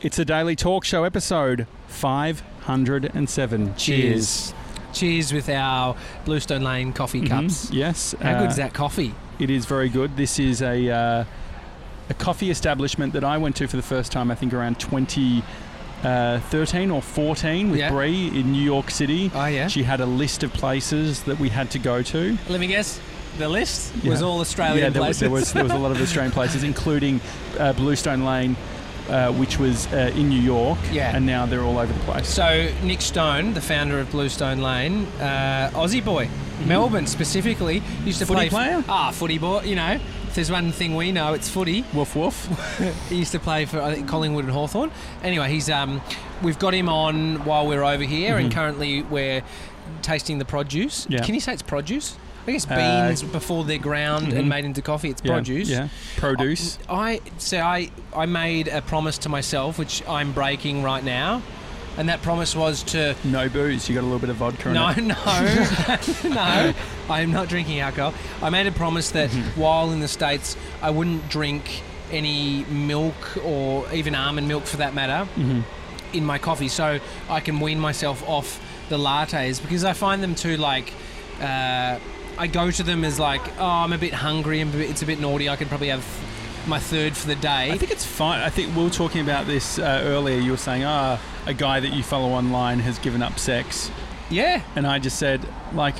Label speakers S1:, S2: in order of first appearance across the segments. S1: It's a daily talk show episode 507.
S2: Cheers. Cheers with our Bluestone Lane coffee cups.
S1: Mhm, Yes.
S2: How
S1: uh,
S2: good is that coffee?
S1: It is very good. This is a uh, a coffee establishment that I went to for the first time. I think around 2013 or 14 with
S2: Yeah.
S1: Bree in New York City.
S2: Oh yeah.
S1: She had a list of places that we had to go to.
S2: Let me guess. The list was
S1: Yeah.
S2: all Australian
S1: yeah, there, was-
S2: places.
S1: there was there was a lot of Australian places, including uh, Bluestone Lane, uh, which was uh, in New York.
S2: Yeah.
S1: And now they're all over the place.
S2: so Nick Stone, the founder of Bluestone Lane, uh, Aussie boy, Melbourne specifically, used to
S1: Mm-hmm. Footy
S2: play
S1: player?
S2: f- Ah, footy boy. You know, if there's one thing we know, it's footy.
S1: Woof woof.
S2: He used to play for I think, Collingwood and Hawthorn. Anyway, he's um, we've got him on while we're over here, and currently we're tasting the produce.
S1: Mm-hmm. Yeah.
S2: Can you say it's produce? I guess
S1: Uh,
S2: beans before they're ground
S1: mhm.
S2: and made into coffee, it's
S1: Yeah,
S2: produce.
S1: Yeah. Produce.
S2: I so I I made a promise to myself, which I'm breaking right now, and that promise was to
S1: no booze. You got a little bit of vodka. in
S2: no,
S1: it.
S2: no, no. I'm not drinking alcohol. I made a promise that
S1: Mm-hmm.
S2: while in the States, I wouldn't drink any milk or even almond milk for that matter
S1: Mm-hmm.
S2: in my coffee so I can wean myself off the lattes because I find them too like. Uh, I go to them as like, oh, I'm a bit hungry and it's a bit naughty. I could probably have my third for the
S1: I
S2: day.
S1: think it's fine. I think we were talking about this uh, earlier. You were saying, ah, a guy that you follow online has given up sex.
S2: Yeah.
S1: And I just said, like,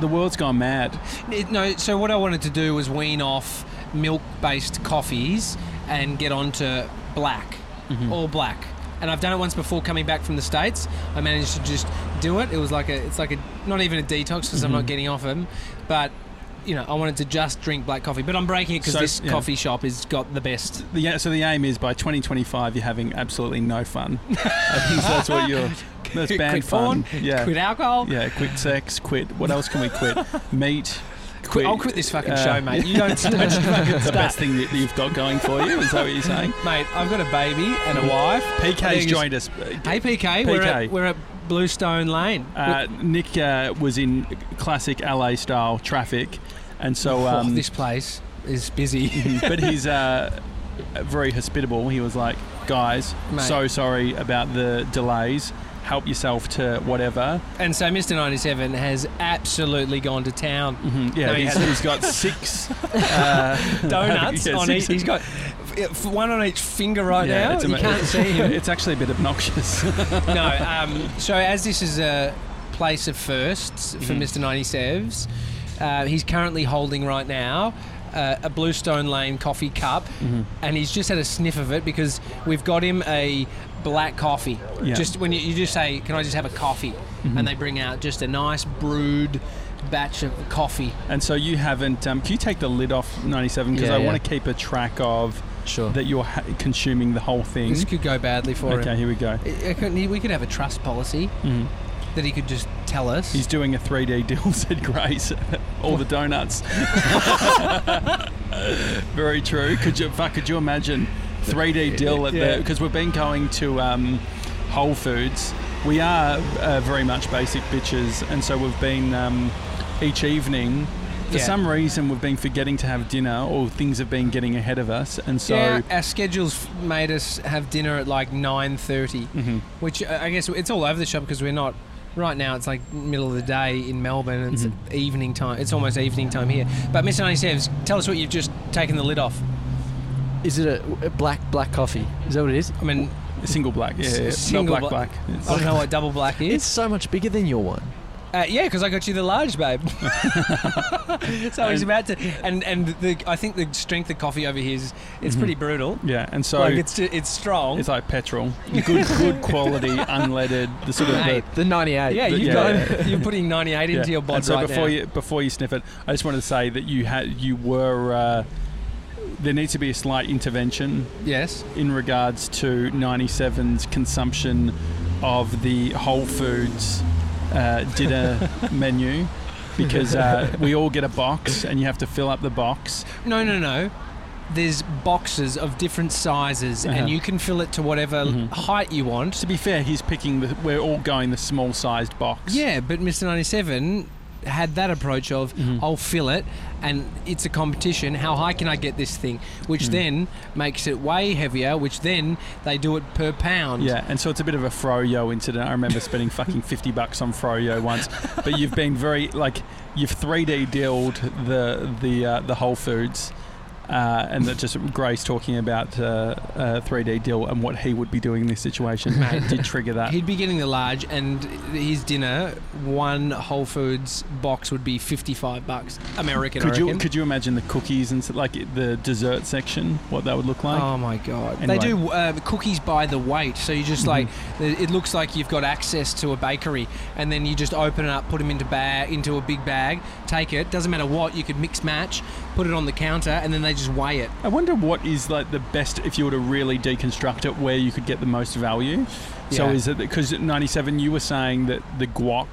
S1: the world's gone mad.
S2: It- No, so what I wanted to do was wean off milk-based coffees and get onto black,
S1: Mm-hmm.
S2: all black. And I've done it once before coming back from the states. I managed to just do it. It was like a, it's like a, not even a detox because I'm not
S1: Mm-hmm.
S2: getting off them, but you know, I wanted to just drink black coffee. But I'm breaking it because
S1: So,
S2: this
S1: yeah.
S2: coffee shop has got the best.
S1: The, yeah, so the aim is by 2025, you're having absolutely no fun. I think that's what you're. That's
S2: Quit
S1: banned
S2: porn,
S1: fun. Yeah.
S2: quit alcohol.
S1: yeah, quit sex, quit. What else can we quit? Meat. Quit.
S2: I'll quit this fucking
S1: uh,
S2: show, mate. You don't, don't you fucking
S1: That's the
S2: start.
S1: best thing that you've got going for you. Is that what you're saying?
S2: Mate, I've got a baby and a
S1: Mm-hmm.
S2: wife.
S1: PK's
S2: There's-
S1: joined us.
S2: Hey PK, We're,
S1: PK.
S2: at, we're at Bluestone Lane.
S1: Uh, Nick uh, was in classic LA style traffic, and so
S2: Oh,
S1: um,
S2: this place is busy.
S1: but he's uh, very hospitable. He was like, "Guys,
S2: Mate.
S1: so sorry about the delays. Help yourself to whatever."
S2: and so Mr. 97 has absolutely gone to town.
S1: Mhm, Yeah,
S2: Mm-hmm. No, he
S1: he's,
S2: hasn't.
S1: he's got six uh,
S2: Donuts
S1: yeah,
S2: on each.
S1: six-
S2: He's got f- one on each finger right
S1: yeah,
S2: now.
S1: it's
S2: you
S1: ama-
S2: can't see him.
S1: It's actually a bit obnoxious.
S2: no. Um, so as this is a place of firsts for
S1: Mhm.
S2: Mr. 97's, uh, he's currently holding right now uh, a Bluestone Lane coffee cup, and he's just had a sniff of it because we've got him a black coffee.
S1: Yeah.
S2: Just when you, you just say, "Can I just have a coffee?" and they bring out just a nice brewed batch of coffee.
S1: and so you haven't. Um, can you take the lid off ninety seven? Because
S2: Yeah,
S1: I
S2: yeah.
S1: want to keep a track of
S2: Sure.
S1: that you're ha- consuming the whole thing.
S2: This could go badly for
S1: Hmm? Okay,
S2: him.
S1: here we go.
S2: I- I couldn't- he- We could have a trust policy
S1: Mhm.
S2: that he could just tell us.
S1: He's doing a 3D deal, said Grace. All the donuts. Very true. Could you fuck? Could you imagine 3D deal at
S2: Yeah.
S1: the? Because we've been going to um, Whole Foods. We are uh, very much basic bitches, and so we've been um, each evening. For
S2: Yeah.
S1: some reason, we've been forgetting to have dinner, or things have been getting ahead of us, and so
S2: yeah, our schedules f- made us have dinner at like nine
S1: Mhm.
S2: which uh, I guess it's all over the shop because we're not. Right now, it's like middle of the day in Melbourne. and It's
S1: Mm-hmm.
S2: evening time. It's almost evening time here. But Mr. 97, tell us what you've just taken the lid off.
S3: Is it a, a black black coffee? Is that what it is?
S2: I mean,
S1: single black, yeah, yeah.
S2: Single Oh.
S1: not
S2: black.
S1: black, black. It's-
S2: I don't know what double black is.
S3: It's so much bigger than your one.
S2: Uh, yeah, because I got you the large, babe. so he's
S1: And-
S2: about to, and and the, I think the strength of coffee over here is it's
S1: Mm-hmm.
S2: pretty brutal.
S1: yeah, and so
S2: like it's ju- it's strong.
S1: It's like petrol. Good, good quality, unleaded. The sort of the,
S2: Mate,
S3: The 98.
S2: yeah,
S1: but
S2: you
S1: yeah.
S2: got, you're putting 98 into
S1: yeah.
S2: your bod
S1: And so
S2: right
S1: before
S2: now.
S1: you before you sniff it, I just wanted to say that you had you were. Uh, there needs to be a slight intervention
S2: yes.
S1: in regards to 97's consumption of the Whole Foods uh, dinner menu because uh, we all get a box and you have to fill up the box.
S2: No, no, no. There's boxes of different sizes,
S1: Uh-huh.
S2: and you can fill it to whatever
S1: Mhm.
S2: height you want.
S1: To be fair, he's picking the. We're all going the small sized box.
S2: Yeah, but Mr. 97 had that approach of
S1: Mhm.
S2: I'll fill it, and it's a competition. How high can I get this thing? Which
S1: Mm.
S2: then makes it way heavier. Which then they do it per pound.
S1: Yeah, and so it's a bit of a froyo incident. I remember spending fucking fifty bucks on froyo once, but you've been very like you've three D dealed the the uh, the Whole Foods, uh, and that just Grace talking about uh, three D deal and what he would be doing in this situation
S2: Mate.
S1: did trigger that.
S2: He'd be getting the large, and his dinner, one Whole Foods box would be fifty-five bucks American.
S1: Could
S2: I
S1: you
S2: reckon.
S1: could you imagine the cookies and s- like the dessert section, what that would look like?
S2: oh my god!
S1: Anyway. Mm-hmm.
S2: They do uh, cookies by the weight, so you just like it looks like you've got access to a bakery, and then you just open it up, put them into bag into a big bag, take it. Doesn't matter what, you could mix match, put it on the counter, and then they just weigh it.
S1: I wonder what is like the best if you were to really deconstruct it, where you could get the most value. So
S2: Yeah.
S1: is it because at 97 you were saying that the guac,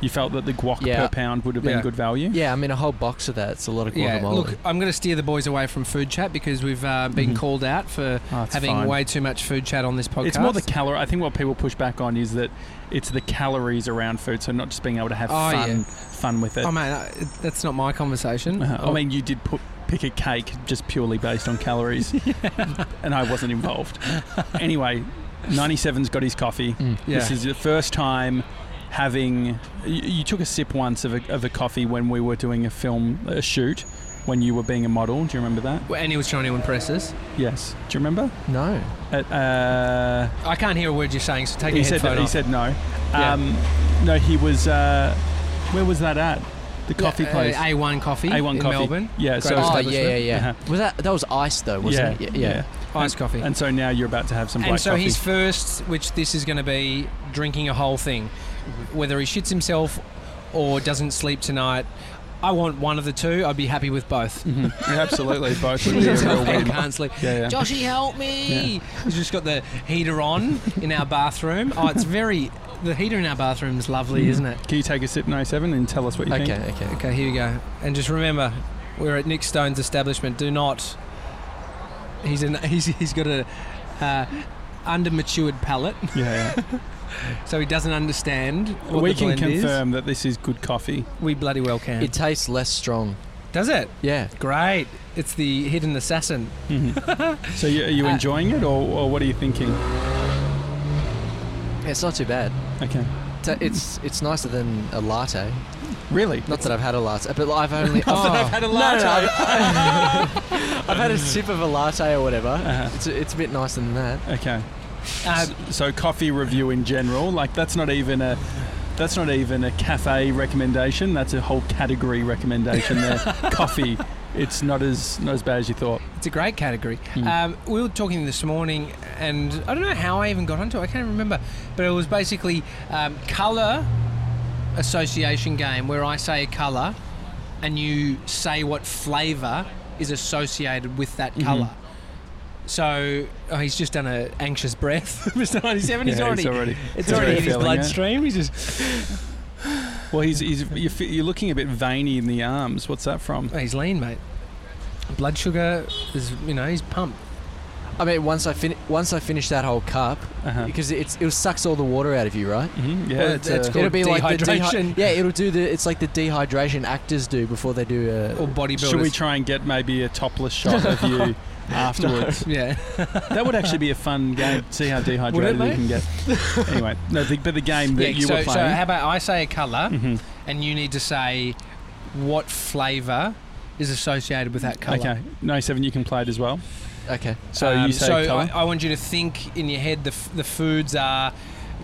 S1: you felt that the guac
S3: Yeah.
S1: per pound would have been
S2: Yeah.
S1: good value.
S3: Yeah, I mean, a whole box of that. It's a lot of guacamole.
S2: look, I'm going to steer the boys away from food chat because we've uh, been
S1: Mhm.
S2: called out for
S1: Oh, it's
S2: having
S1: fine.
S2: way too much food chat on this podcast.
S1: It's more the calorie. I think what people push back on is that it's the calories around food, so not just being able to have
S2: Oh,
S1: fun
S2: yeah.
S1: fun with it.
S2: Oh man, I- that's not my conversation. Oh,
S1: Uh, I mean, you did put pick a cake just purely based on calories, and I wasn't involved. anyway, 97's got his coffee.
S3: Mm.
S2: Yeah.
S1: This is the first time having. You, you took a sip once of a, of a coffee when we were doing a film a shoot when you were being a model. Do you remember that?
S2: Well, and he was trying to impress us.
S1: Yes. Do you remember?
S3: No.
S1: At, uh,
S2: I can't hear a word you're saying, so take
S1: he
S2: your
S1: said
S2: headphone
S1: he
S2: off.
S1: said no.
S2: Yeah.
S1: Um, no, he was. Uh, where was that at? The coffee
S2: Uh,
S1: place.
S2: A1 Coffee
S1: A1
S2: in
S1: Coffee.
S2: Melbourne.
S1: Yeah,
S2: Great
S1: so Uh-huh.
S3: Oh,
S2: establishment.
S3: yeah, yeah, yeah. Was that that was ice though, wasn't it? Yeah.
S2: Iced coffee.
S1: And so now you're about to have some black
S2: and so
S1: coffee.
S2: his first, which this is going to be drinking a whole thing, whether he shits himself or doesn't sleep tonight. I want one of the two. I'd be happy with both.
S1: Mhm. Yeah, absolutely, both would
S2: Shitting
S1: be a real
S2: himself and
S1: win.
S2: can't sleep.
S1: Yeah, yeah.
S2: Joshy, help me! He's just got the heater on in our bathroom. Oh, it's very. The heater in our bathroom is lovely,
S1: Mhm.
S2: isn't it?
S1: Can you take a sip, 97, and tell us what you
S3: Okay,
S1: think?
S3: okay.
S2: Okay, here we go. And just remember, we're at Nick Stone's establishment. Do not. He's an, he's, he's got a uh, under matured palate,
S1: Yeah, yeah.
S2: so he doesn't understand. What
S1: we
S2: the
S1: can
S2: blend is.
S1: confirm that this is good coffee.
S2: We bloody well can.
S3: It tastes less strong.
S2: Does it?
S3: Yeah.
S2: Great. It's the hidden assassin.
S1: so, you, are you
S2: Uh,
S1: enjoying it, or, or what are you thinking?
S3: It's not too bad.
S1: Okay,
S3: Ta- It's it's nicer than a latte.
S1: really?
S3: Not that I've had a latte, but I've only.
S2: Not that I've
S3: Oh.
S2: had a
S3: No, no, no,
S2: latte.
S3: I've, I've had a sip of a latte or whatever.
S1: Uh-huh.
S3: It's, a, it's a bit nicer than that.
S1: Okay.
S2: Uh,
S1: S- so, coffee review in general, like that's not even a. That's not even a cafe recommendation. That's a whole category recommendation. There, coffee. It's not as not as bad as you thought.
S2: it's a great category.
S1: Mm.
S2: Um, we were talking this morning, and I don't know how I even got onto it. I can't remember. But it was basically um, colour association game where I say a colour and you say what flavour is associated with that
S1: Mhm.
S2: colour. So oh, he's just done an anxious breath, Mr. 97. he's
S1: Yeah,
S2: already,
S1: already.
S2: it's
S1: he's
S2: already in his
S1: feeling it.
S2: bloodstream. He's just
S1: Well, he's, he's you're, fe- you're looking a bit veiny in the arms. What's that from?
S2: Oh, he's lean, mate. Blood sugar is, you know, he's pumped.
S3: I mean, once I fin- once I finish that whole cup,
S1: Uh-huh.
S3: because it's it sucks all the water out of you, right?
S1: hmm Yeah,
S2: Well,
S1: it's,
S2: that's
S1: uh,
S2: Called
S3: the dehy-
S2: dehydration.
S3: yeah, it'll do the. It's like the dehydration actors do before they do. uh,
S2: Or
S3: A,
S2: bodybuilders.
S1: Should we try and get maybe a topless shot of you afterwards?
S2: Yeah.
S1: That would actually be a fun game. See how dehydrated you
S2: mate?
S1: can get. Anyway, no, the, but the game that you
S2: so,
S1: were
S2: so
S1: playing.
S2: how about I say a color
S1: Mhm.
S2: and you need to say what flavor is associated with that color.
S1: Okay, no seven. You can play it as well.
S3: okay.
S1: So
S2: Um,
S1: you say
S2: so
S1: colour.
S2: I, I want you to think in your head the, f- the foods are,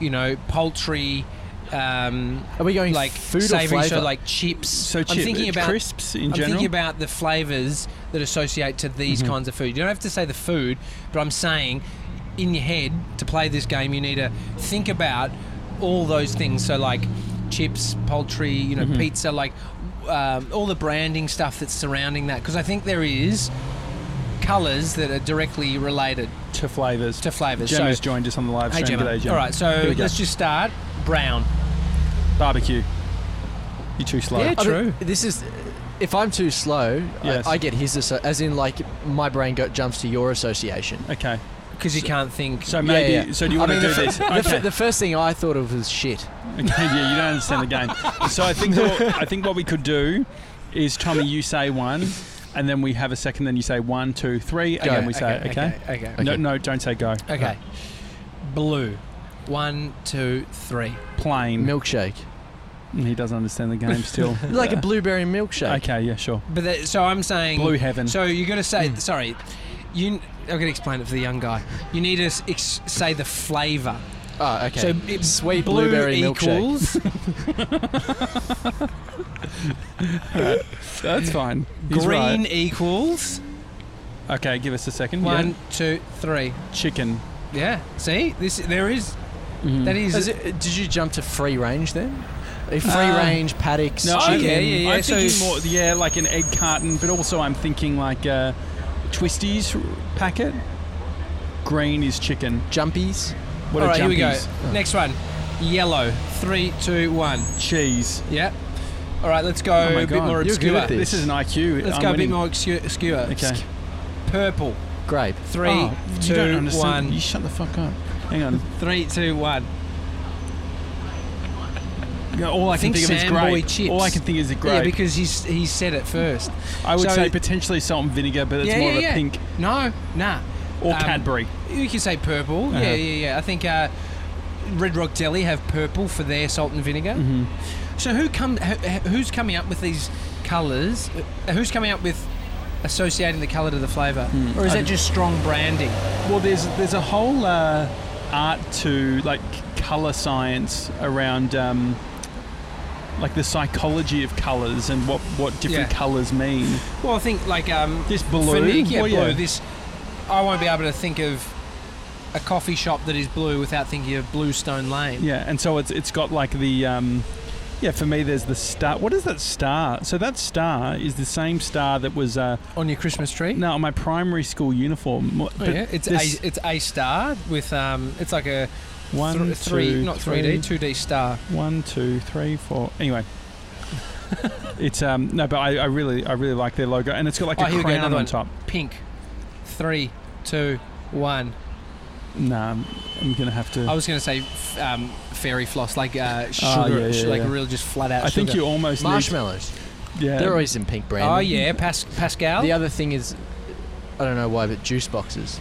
S2: you know, poultry, um,
S3: Are we going
S2: like
S3: food or
S2: savory,
S3: flavor?
S2: so like chips.
S1: so
S2: I'm
S1: chip,
S2: thinking about
S1: crisps in
S2: I'm
S1: general.
S2: thinking about the flavors that associate to these
S1: Mhm.
S2: kinds of food. You don't have to say the food, but I'm saying in your head to play this game, you need to think about all those things. So like chips, poultry, you know,
S1: Mhm.
S2: pizza, like um, all the branding stuff that's surrounding that. Because I think there is colors that are directly related
S1: to flavors.
S2: to flavors.
S1: Gemma's
S2: so,
S1: joined us on the live
S2: hey
S1: stream
S2: Gemma.
S1: today. Gemma.
S2: All right,
S1: Here
S2: so
S1: we go.
S2: let's just start brown.
S1: barbecue. You're too slow.
S2: Yeah,
S3: I mean,
S2: True.
S3: this is. If I'm too slow,
S1: Yes.
S3: I, I get his asso- as in like my brain go, jumps to your association.
S1: Okay.
S2: because you can't think.
S1: So Uh, maybe.
S3: Yeah, yeah.
S1: So do you
S3: I
S1: want
S3: mean,
S1: to do
S3: the, fir-
S1: this?
S3: the
S1: Okay.
S3: fir- the first thing I thought of was shit.
S1: okay. Yeah, you don't understand the game. So I think what, I think what we could do is Tommy, you say one, and then we have a second. Then you say one, two, three.
S3: Go.
S1: Again, we say okay.
S2: okay, okay, okay.
S1: No, no, don't say go.
S2: Okay. Blue. One, two, three.
S1: Plain.
S3: Milkshake.
S1: He doesn't understand the game still.
S3: Like a blueberry milkshake.
S1: okay. Yeah. Sure.
S2: But that, so I'm saying
S1: Blue heaven. Hmm.
S2: So you got to say sorry. You, I'm going to explain it for the young guy. You need to s- ex- say the flavour.
S3: Oh, okay.
S2: So it-
S3: Sweet
S2: blue
S3: blueberry milkshake.
S2: equals
S1: That's fine. He's
S2: green
S1: right.
S2: equals
S1: Okay. Give us a second. Yeah.
S2: one, two, three.
S1: Chicken.
S2: Yeah. See, this there is
S1: Mm-hmm.
S2: that is.
S3: Is it, did you jump to free range then? A free
S2: Uh,
S3: range paddocks.
S1: Um, No,
S2: Okay,
S1: I'm,
S2: yeah, yeah,
S1: I'm
S2: yeah, so
S1: thinking more,
S2: it's-
S1: yeah, like an egg carton, but also I'm thinking like a Twisties packet. Green is chicken.
S3: jumpies.
S1: What
S2: all
S1: are
S2: right, here we go.
S1: jumpies? Oh.
S2: Next one, yellow. Three, two, one.
S1: Cheese.
S2: Yeah. All right, let's go
S1: Oh my
S2: a bit
S1: God.
S2: more
S1: You're good
S2: obscure.
S3: at
S1: This is an IQ.
S2: Let's
S1: I'm
S2: go
S1: winning.
S2: a bit more obscure. obscure.
S1: Okay.
S2: Purple.
S3: Grape.
S2: Three,
S1: Oh,
S2: two,
S1: you don't understand.
S2: one.
S1: You shut the fuck up. Hang on.
S2: Three, two, one.
S1: Yeah, All I can
S2: Think
S1: think, of is
S2: Samboy
S1: grape.
S2: chips.
S1: All I can think is a grape.
S2: Yeah, because he's, he said it first.
S1: I would
S2: so-
S1: say potentially salt and vinegar, but it's
S2: yeah,
S1: more
S2: yeah,
S1: of a
S2: yeah.
S1: pink
S2: No, nah.
S1: or
S2: Um,
S1: Cadbury.
S2: You can say purple.
S1: Uh-huh.
S2: Yeah, yeah, yeah. I think uh, Red Rock Deli have purple for their salt and vinegar.
S1: hmm
S2: So who come? who- Who's coming up with these colours? Uh, Who's coming up with associating the colour to the flavour?
S1: Hmm.
S2: Or is
S1: I-
S2: that just strong branding?
S1: Well, there's there's a whole uh, art to like color science around um, like the psychology of colors and what what different
S2: Yeah.
S1: colors mean. Oh,
S2: Well, I think like um,
S1: This blue,
S2: for Nick, yeah,
S1: well,
S2: blue. This I won't be able to think of a coffee shop that is blue without thinking of Bluestone Lane.
S1: yeah, and so it's it's got like the um, yeah. For me, there's the star. What is that star? So that star is the same star that was uh,
S2: on your Christmas tree.
S1: no on my primary school uniform. Mo-
S2: Oh,
S1: but
S2: yeah, it's
S1: this-
S2: a it's a star with um, it's like a
S1: one,
S2: thr- three
S1: two,
S2: not
S1: three.
S2: three D two D star.
S1: One, two, three, four. Anyway, it's um no, but I, I really I really like their logo, and it's got like
S2: Oh,
S1: a
S2: here we go,
S1: crown on
S2: another one.
S1: top.
S2: Pink, three, two, one.
S1: Nah, I'm, I'm gonna have to.
S2: I
S1: I,
S2: was going to say f- um, fairy floss, like uh, sugar,
S1: Ah, yeah, yeah,
S2: like
S1: yeah.
S2: real just flat out.
S1: think
S2: sugar.
S1: you almost need-
S3: Marshmallows.
S1: yeah,
S3: They're always in pink brand.
S2: Oh yeah, Pas- Pascal.
S3: The other thing is, I don't know why, but juice boxes.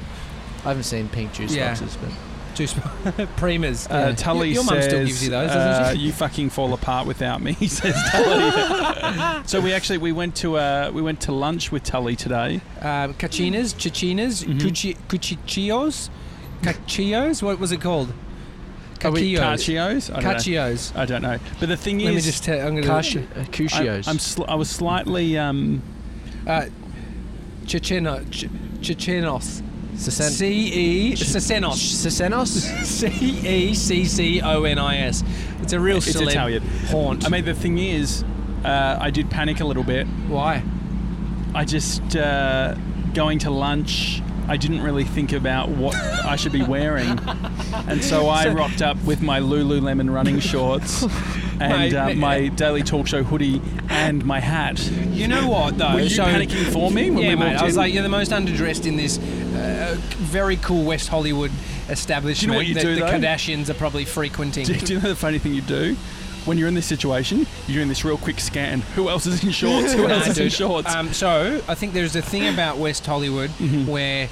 S3: I haven't seen pink juice
S2: Yeah.
S3: boxes, but
S2: Juice Primas.
S1: Uh,
S2: yeah.
S1: Tully
S2: your, your mum
S1: says,
S2: still gives you those,
S1: uh,
S2: doesn't she?
S1: "You fucking fall apart without me," he says Tully. so we actually we went to uh, we went to lunch with Tully today.
S2: Um, cachinas, chichinas,
S1: Mhm.
S2: cuchi- cuchichillos, cachios. What was it called?
S3: Are we-
S1: Cachios.
S2: Cachios.
S1: I don't, know. Uh,
S2: Cachios.
S1: I don't know. But the thing
S2: Let me
S1: is,
S2: just tell. I'm going
S3: Kashi, uh,
S2: to.
S1: I,
S3: Cushios.
S1: I'm sl- I was slightly um,
S2: Uh, Chichino, Ch- Chichinos.
S3: Sasen-
S2: C E Cicenos.
S3: Sasenos?
S2: C E C C O N I S. It's a real
S1: It's
S2: celeb
S1: Italian.
S2: haunt.
S1: I mean, the thing is, uh, I did panic a little bit.
S2: why?
S1: I just uh, going to lunch. I didn't really think about what I should be wearing, and so I rocked up with my Lululemon running shorts and
S2: Mate,
S1: uh,
S2: mate.
S1: my Daily Talk Show hoodie and my hat.
S2: You know what though?
S1: Were you panicking for me when
S2: yeah,
S1: we
S2: mate.
S1: walked
S2: I was
S1: in?
S2: like, you're the most underdressed in this uh, very cool West Hollywood establishment
S1: Do you know what you
S2: that
S1: do,
S2: the
S1: though?
S2: Kardashians are probably frequenting.
S1: Do, do you know the funny thing you do? When you're in this situation, you're doing this real quick scan. Who else is in shorts? Who
S2: Nah,
S1: else is in
S2: dude.
S1: shorts? Mm-hmm.
S2: Um, so I think there's a thing about West Hollywood where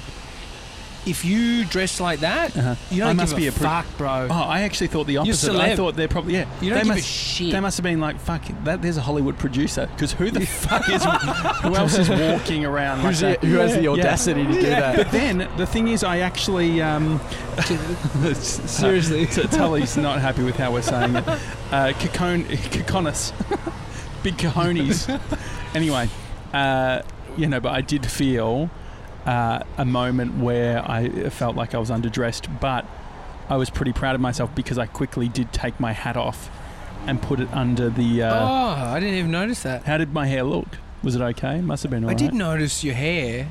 S2: if you dress like that,
S1: Uh-huh.
S2: you
S1: I
S2: don't
S1: must
S2: give
S1: be a
S2: a,
S1: pr-
S2: fuck, bro.
S1: Oh, I actually thought the opposite. I
S2: celeb.
S1: thought they're probably yeah.
S2: You don't
S1: they
S2: give a
S1: must,
S2: shit.
S1: They must have been like fuck. That there's a Hollywood producer because who the fuck is who else is walking around?
S3: Who's
S1: like
S3: the-
S1: that?
S3: who has the
S1: Yeah.
S3: audacity to do
S1: But
S3: that?
S1: then the thing is, I actually um,
S2: Seriously.
S1: T- Tully's not happy with how we're saying it. Uh, cacon- caconis, big cojones. anyway, uh, you know, but I did feel uh, a moment where I felt like I was underdressed, but I was pretty proud of myself because I quickly did take my hat off and put it under the. Uh,
S2: oh, I didn't even notice that.
S1: How did my hair look? Was it okay? Must have been
S2: I
S1: alright.
S2: did notice your hair,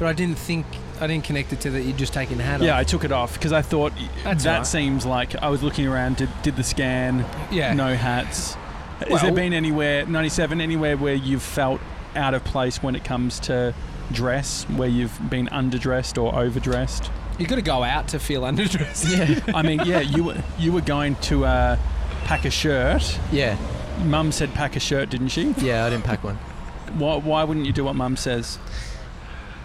S2: but I didn't think I didn't connect it to that you'd just taken the hat
S1: Yeah,
S2: off.
S1: I took it off because I thought
S2: That's
S1: that
S2: all right.
S1: seems like I was looking around, did, did the scan,
S2: Yeah.
S3: Eh.
S1: no hats. Has
S2: Well-
S1: there been anywhere, 97, anywhere where you've felt out of place when it comes to dress, where you've been underdressed or overdressed?
S2: You got to go out to feel underdressed.
S3: Yeah.
S1: I mean, yeah, you were you were going to uh, pack a shirt.
S3: yeah.
S1: Mum said pack a shirt, didn't she?
S3: Yeah, I didn't pack one.
S1: Why, why wouldn't you do what Mum says?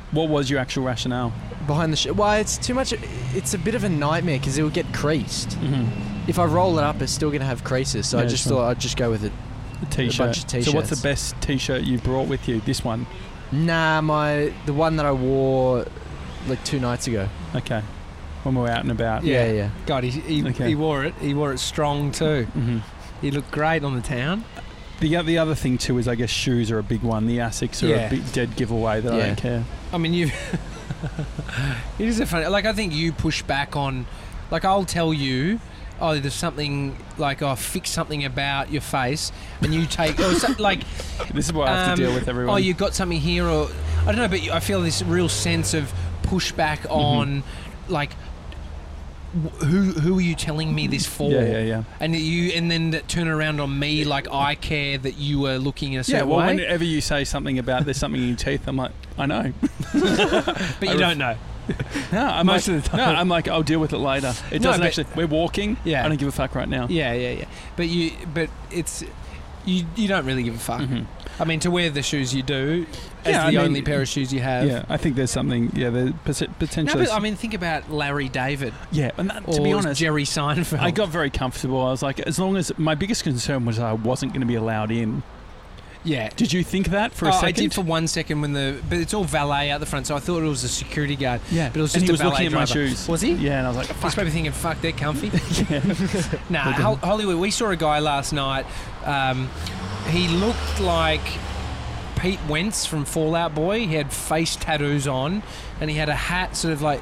S1: What was your actual rationale?
S3: Behind the shirt. Why? It's too much. It's a bit of a nightmare because it will get creased.
S1: Mm-hmm.
S3: If I roll it up, it's still going to have creases. So I
S1: Yeah,
S3: just
S1: sure.
S3: thought I'd just go with it.
S1: T-shirt.
S3: bunch of
S1: So what's the
S3: t-shirts.
S1: best T-shirt you brought with you? This one.
S3: Nah, my the one that I wore like two nights ago.
S1: Okay. When we're out and about.
S2: Yeah.
S3: Yeah, yeah.
S2: God, he, he,
S1: Okay.
S2: he wore it. He wore it strong too.
S1: hmm
S2: He looked great on the town.
S1: The the other thing too is I guess shoes are a big one. The Asics are
S2: Yeah.
S1: a big dead giveaway that I
S3: Yeah.
S1: don't care.
S2: I mean, you. it is a funny. Like I think you push back on. Like I'll tell you. Oh, there's something like oh, fix something about your face, and you take or so, like
S1: This is what I have
S2: Um,
S1: to deal with everyone.
S2: oh, you've got something here, or I don't know, but I feel this real sense of pushback
S1: Mm-hmm.
S2: on, like, wh- who who are you telling me this for?
S1: yeah, yeah, yeah.
S2: And that you, and then that turn around on me, like I care that you were looking in a
S1: Yeah,
S2: certain
S1: well,
S2: way,
S1: whenever you say something about there's something in your teeth, I'm like, I know. I
S2: but you
S1: ref- Uh-huh.
S2: don't know.
S1: No, I'm
S2: Most
S1: like,
S2: of the time.
S1: No, I'm like, I'll deal with it later. It
S2: No,
S1: doesn't
S2: but-
S1: actually. We're walking.
S2: Yeah.
S1: I don't give a fuck right now.
S2: Yeah, yeah, yeah. But you, but it's. You, you don't really give a fuck.
S1: Mhm.
S2: I mean, to wear the shoes you do,
S1: Yeah,
S2: as the
S1: I mean-
S2: only pair of shoes you have.
S1: Yeah, I think there's something. Yeah, there's pot-
S2: No,
S1: potentially.
S2: but I mean, think about Larry David
S1: yeah, and that,
S2: or
S1: to be honest,
S2: Jerry Seinfeld.
S1: I got very comfortable. I was like, as long as my biggest concern was I wasn't going to be allowed in.
S2: yeah.
S1: Did you think that for a
S2: oh,
S1: second?
S2: I did for one second when the but it's all valet out the front, so I thought it was a security guard.
S1: yeah,
S2: But it was
S1: and
S2: just
S1: he
S2: a
S1: was looking
S2: valet
S1: at my
S2: driver.
S1: shoes.
S2: Was he?
S1: Yeah, and I was like,
S2: He's
S1: fuck.
S2: probably thinking, "Fuck, they're comfy."
S1: yeah.
S2: nah,
S1: Okay.
S2: Hol- Hollywood. We saw a guy last night. Um, he looked like Pete Wentz from Fallout Boy. He had face tattoos on, and he had a hat sort of like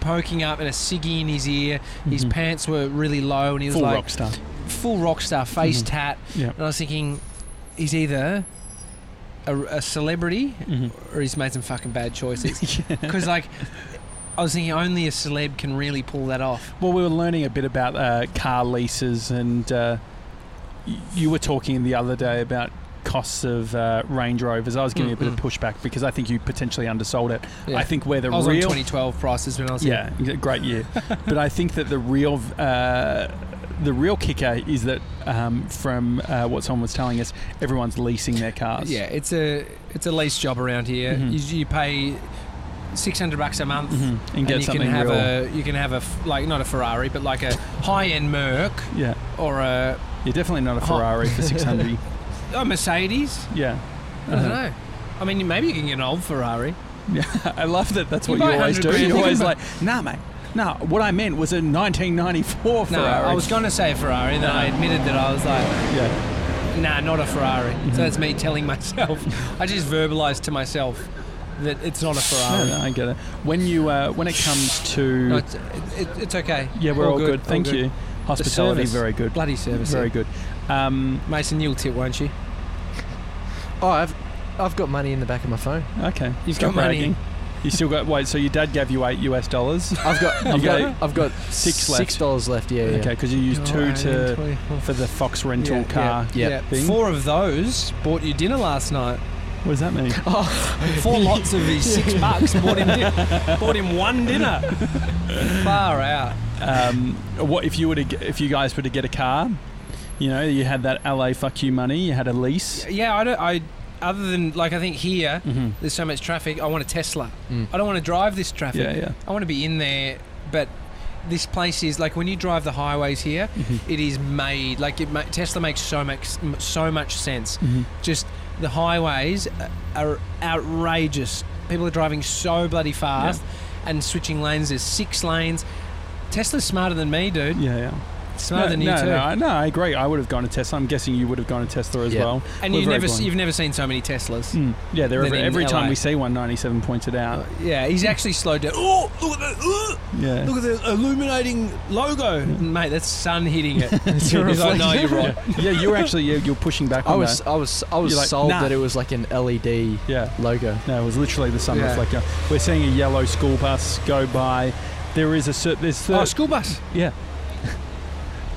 S2: poking up and a ciggy in his ear. His
S1: Mhm.
S2: pants were really low, and he was
S1: Full
S2: like
S1: rock star.
S2: full rock star face
S1: Mhm.
S2: tat.
S1: Yeah.
S2: And I was thinking, he's either a, a celebrity
S1: Mhm.
S2: or he's made some fucking bad choices. Because like, I was thinking only a celeb can really pull that off.
S1: Well, we were learning a bit about uh, car leases, and uh, y- you were talking the other day about costs of uh, Range Rovers. I was giving you a bit of pushback because I think you potentially undersold it.
S2: Mm-hmm. Yeah.
S1: I think where the
S2: I was on
S1: real
S2: 2012 prices when I was
S1: yeah yeah, great year, but I think that the real uh, the real kicker is that um, from uh, what someone was telling us, everyone's leasing their
S2: There.
S1: cars.
S2: Yeah, it's a it's a lease job around here.
S1: Mhm.
S2: You, you pay 600 bucks a month.
S1: Mhm. and get
S2: and you
S1: something
S2: can have
S1: real.
S2: a you can have a f- like not a Ferrari but like a high end Merc
S1: yeah,
S2: or a,
S1: you're definitely not a
S2: Huh.
S1: Ferrari for six hundred.
S2: a Mercedes.
S1: yeah.
S2: I don't
S1: Uh-huh.
S2: know. I mean, maybe you can get an old Ferrari.
S1: Yeah, I love that. That's
S2: You
S1: what
S2: buy
S1: you always
S2: 100
S1: do.
S2: grand,
S1: You're
S2: you
S1: always
S2: can
S1: like, nah, mate. Nah, what I meant was a 1994
S2: No,
S1: Ferrari. Uh-huh.
S2: I was going to say a Ferrari, then I admitted that I was like,
S1: yeah.
S2: nah, not a Ferrari.
S1: Mm-hmm.
S2: So that's me telling myself. I just verbalised to myself that it's not a
S1: No,
S2: Ferrari.
S1: no, I get it. When you uh, when it comes to
S2: Oh, No, it's, it, it's okay.
S1: yeah, we're all, good. Thank
S2: all good.
S1: you. Hospitality,
S2: service.
S1: very good.
S2: Bloody service.
S1: Very
S2: Very
S1: good. Um,
S2: Mason, you'll tip, won't you?
S3: Oh, I've I've got money in the back of my phone.
S1: okay.
S2: You've
S1: Stop
S2: got money.
S1: bragging. You still got wait. So your dad gave you eight US dollars.
S3: I've got I've
S1: got
S3: got I've got
S1: six
S3: six
S1: left.
S3: dollars left. Yeah, yeah.
S1: Okay, because you used two to for the Fox rental
S2: Yeah, yeah.
S1: car.
S3: Yeah.
S1: thing.
S2: Four of those bought you dinner last night.
S1: What does that mean?
S2: Oh. Four lots of his six bucks bought him, di- bought him one dinner. Far out.
S1: um, what if you were to g- if you guys were to get a car? You know, you had that LA fuck you money. You had a lease.
S2: Yeah, I don't. I other than like I think here
S1: Mhm.
S2: there's so much traffic. I want a Tesla.
S3: Mm.
S2: I don't want to drive this traffic.
S1: Yeah, yeah.
S2: I want to be in there, but this place is like when you drive the highways here, it is made like it. Ma- Tesla makes so much so much sense.
S1: Mhm.
S2: Just the highways are outrageous. People are driving so bloody fast and switching lanes. There's six lanes. Tesla's smarter than me, dude.
S1: Yeah, yeah.
S2: Smarter than you
S1: no,
S2: too.
S1: no, I- no, I agree. I would have gone to Tesla. I'm guessing you would have gone to Tesla as
S3: Yeah.
S1: well.
S2: And
S1: We're
S2: you've
S1: very
S2: never s-
S1: blind.
S2: you've never seen so many Teslas.
S1: Mm. Yeah, they're
S2: Than
S1: every,
S2: in
S1: every time
S2: LA.
S1: we see one, 97 points it out.
S2: Yeah, he's actually slowed down. Oh, look at that! Oh,
S1: Yeah.
S2: Look at the illuminating logo, mate. That's sun hitting it.
S3: It's a
S2: He's like, no,
S3: reflection.
S2: you're right.
S1: yeah. yeah, you were actually yeah, you're pushing back
S3: I
S1: on
S3: was
S1: that.
S3: I was I was
S1: You're like,
S3: sold
S1: nah.
S3: that it was like an LED
S1: Yeah.
S3: logo.
S1: No, it was literally the sun
S2: Yeah.
S1: reflector. We're seeing a yellow school bus go by. There is a cer- there's
S2: Oh,
S1: thir-
S2: school bus.
S1: yeah.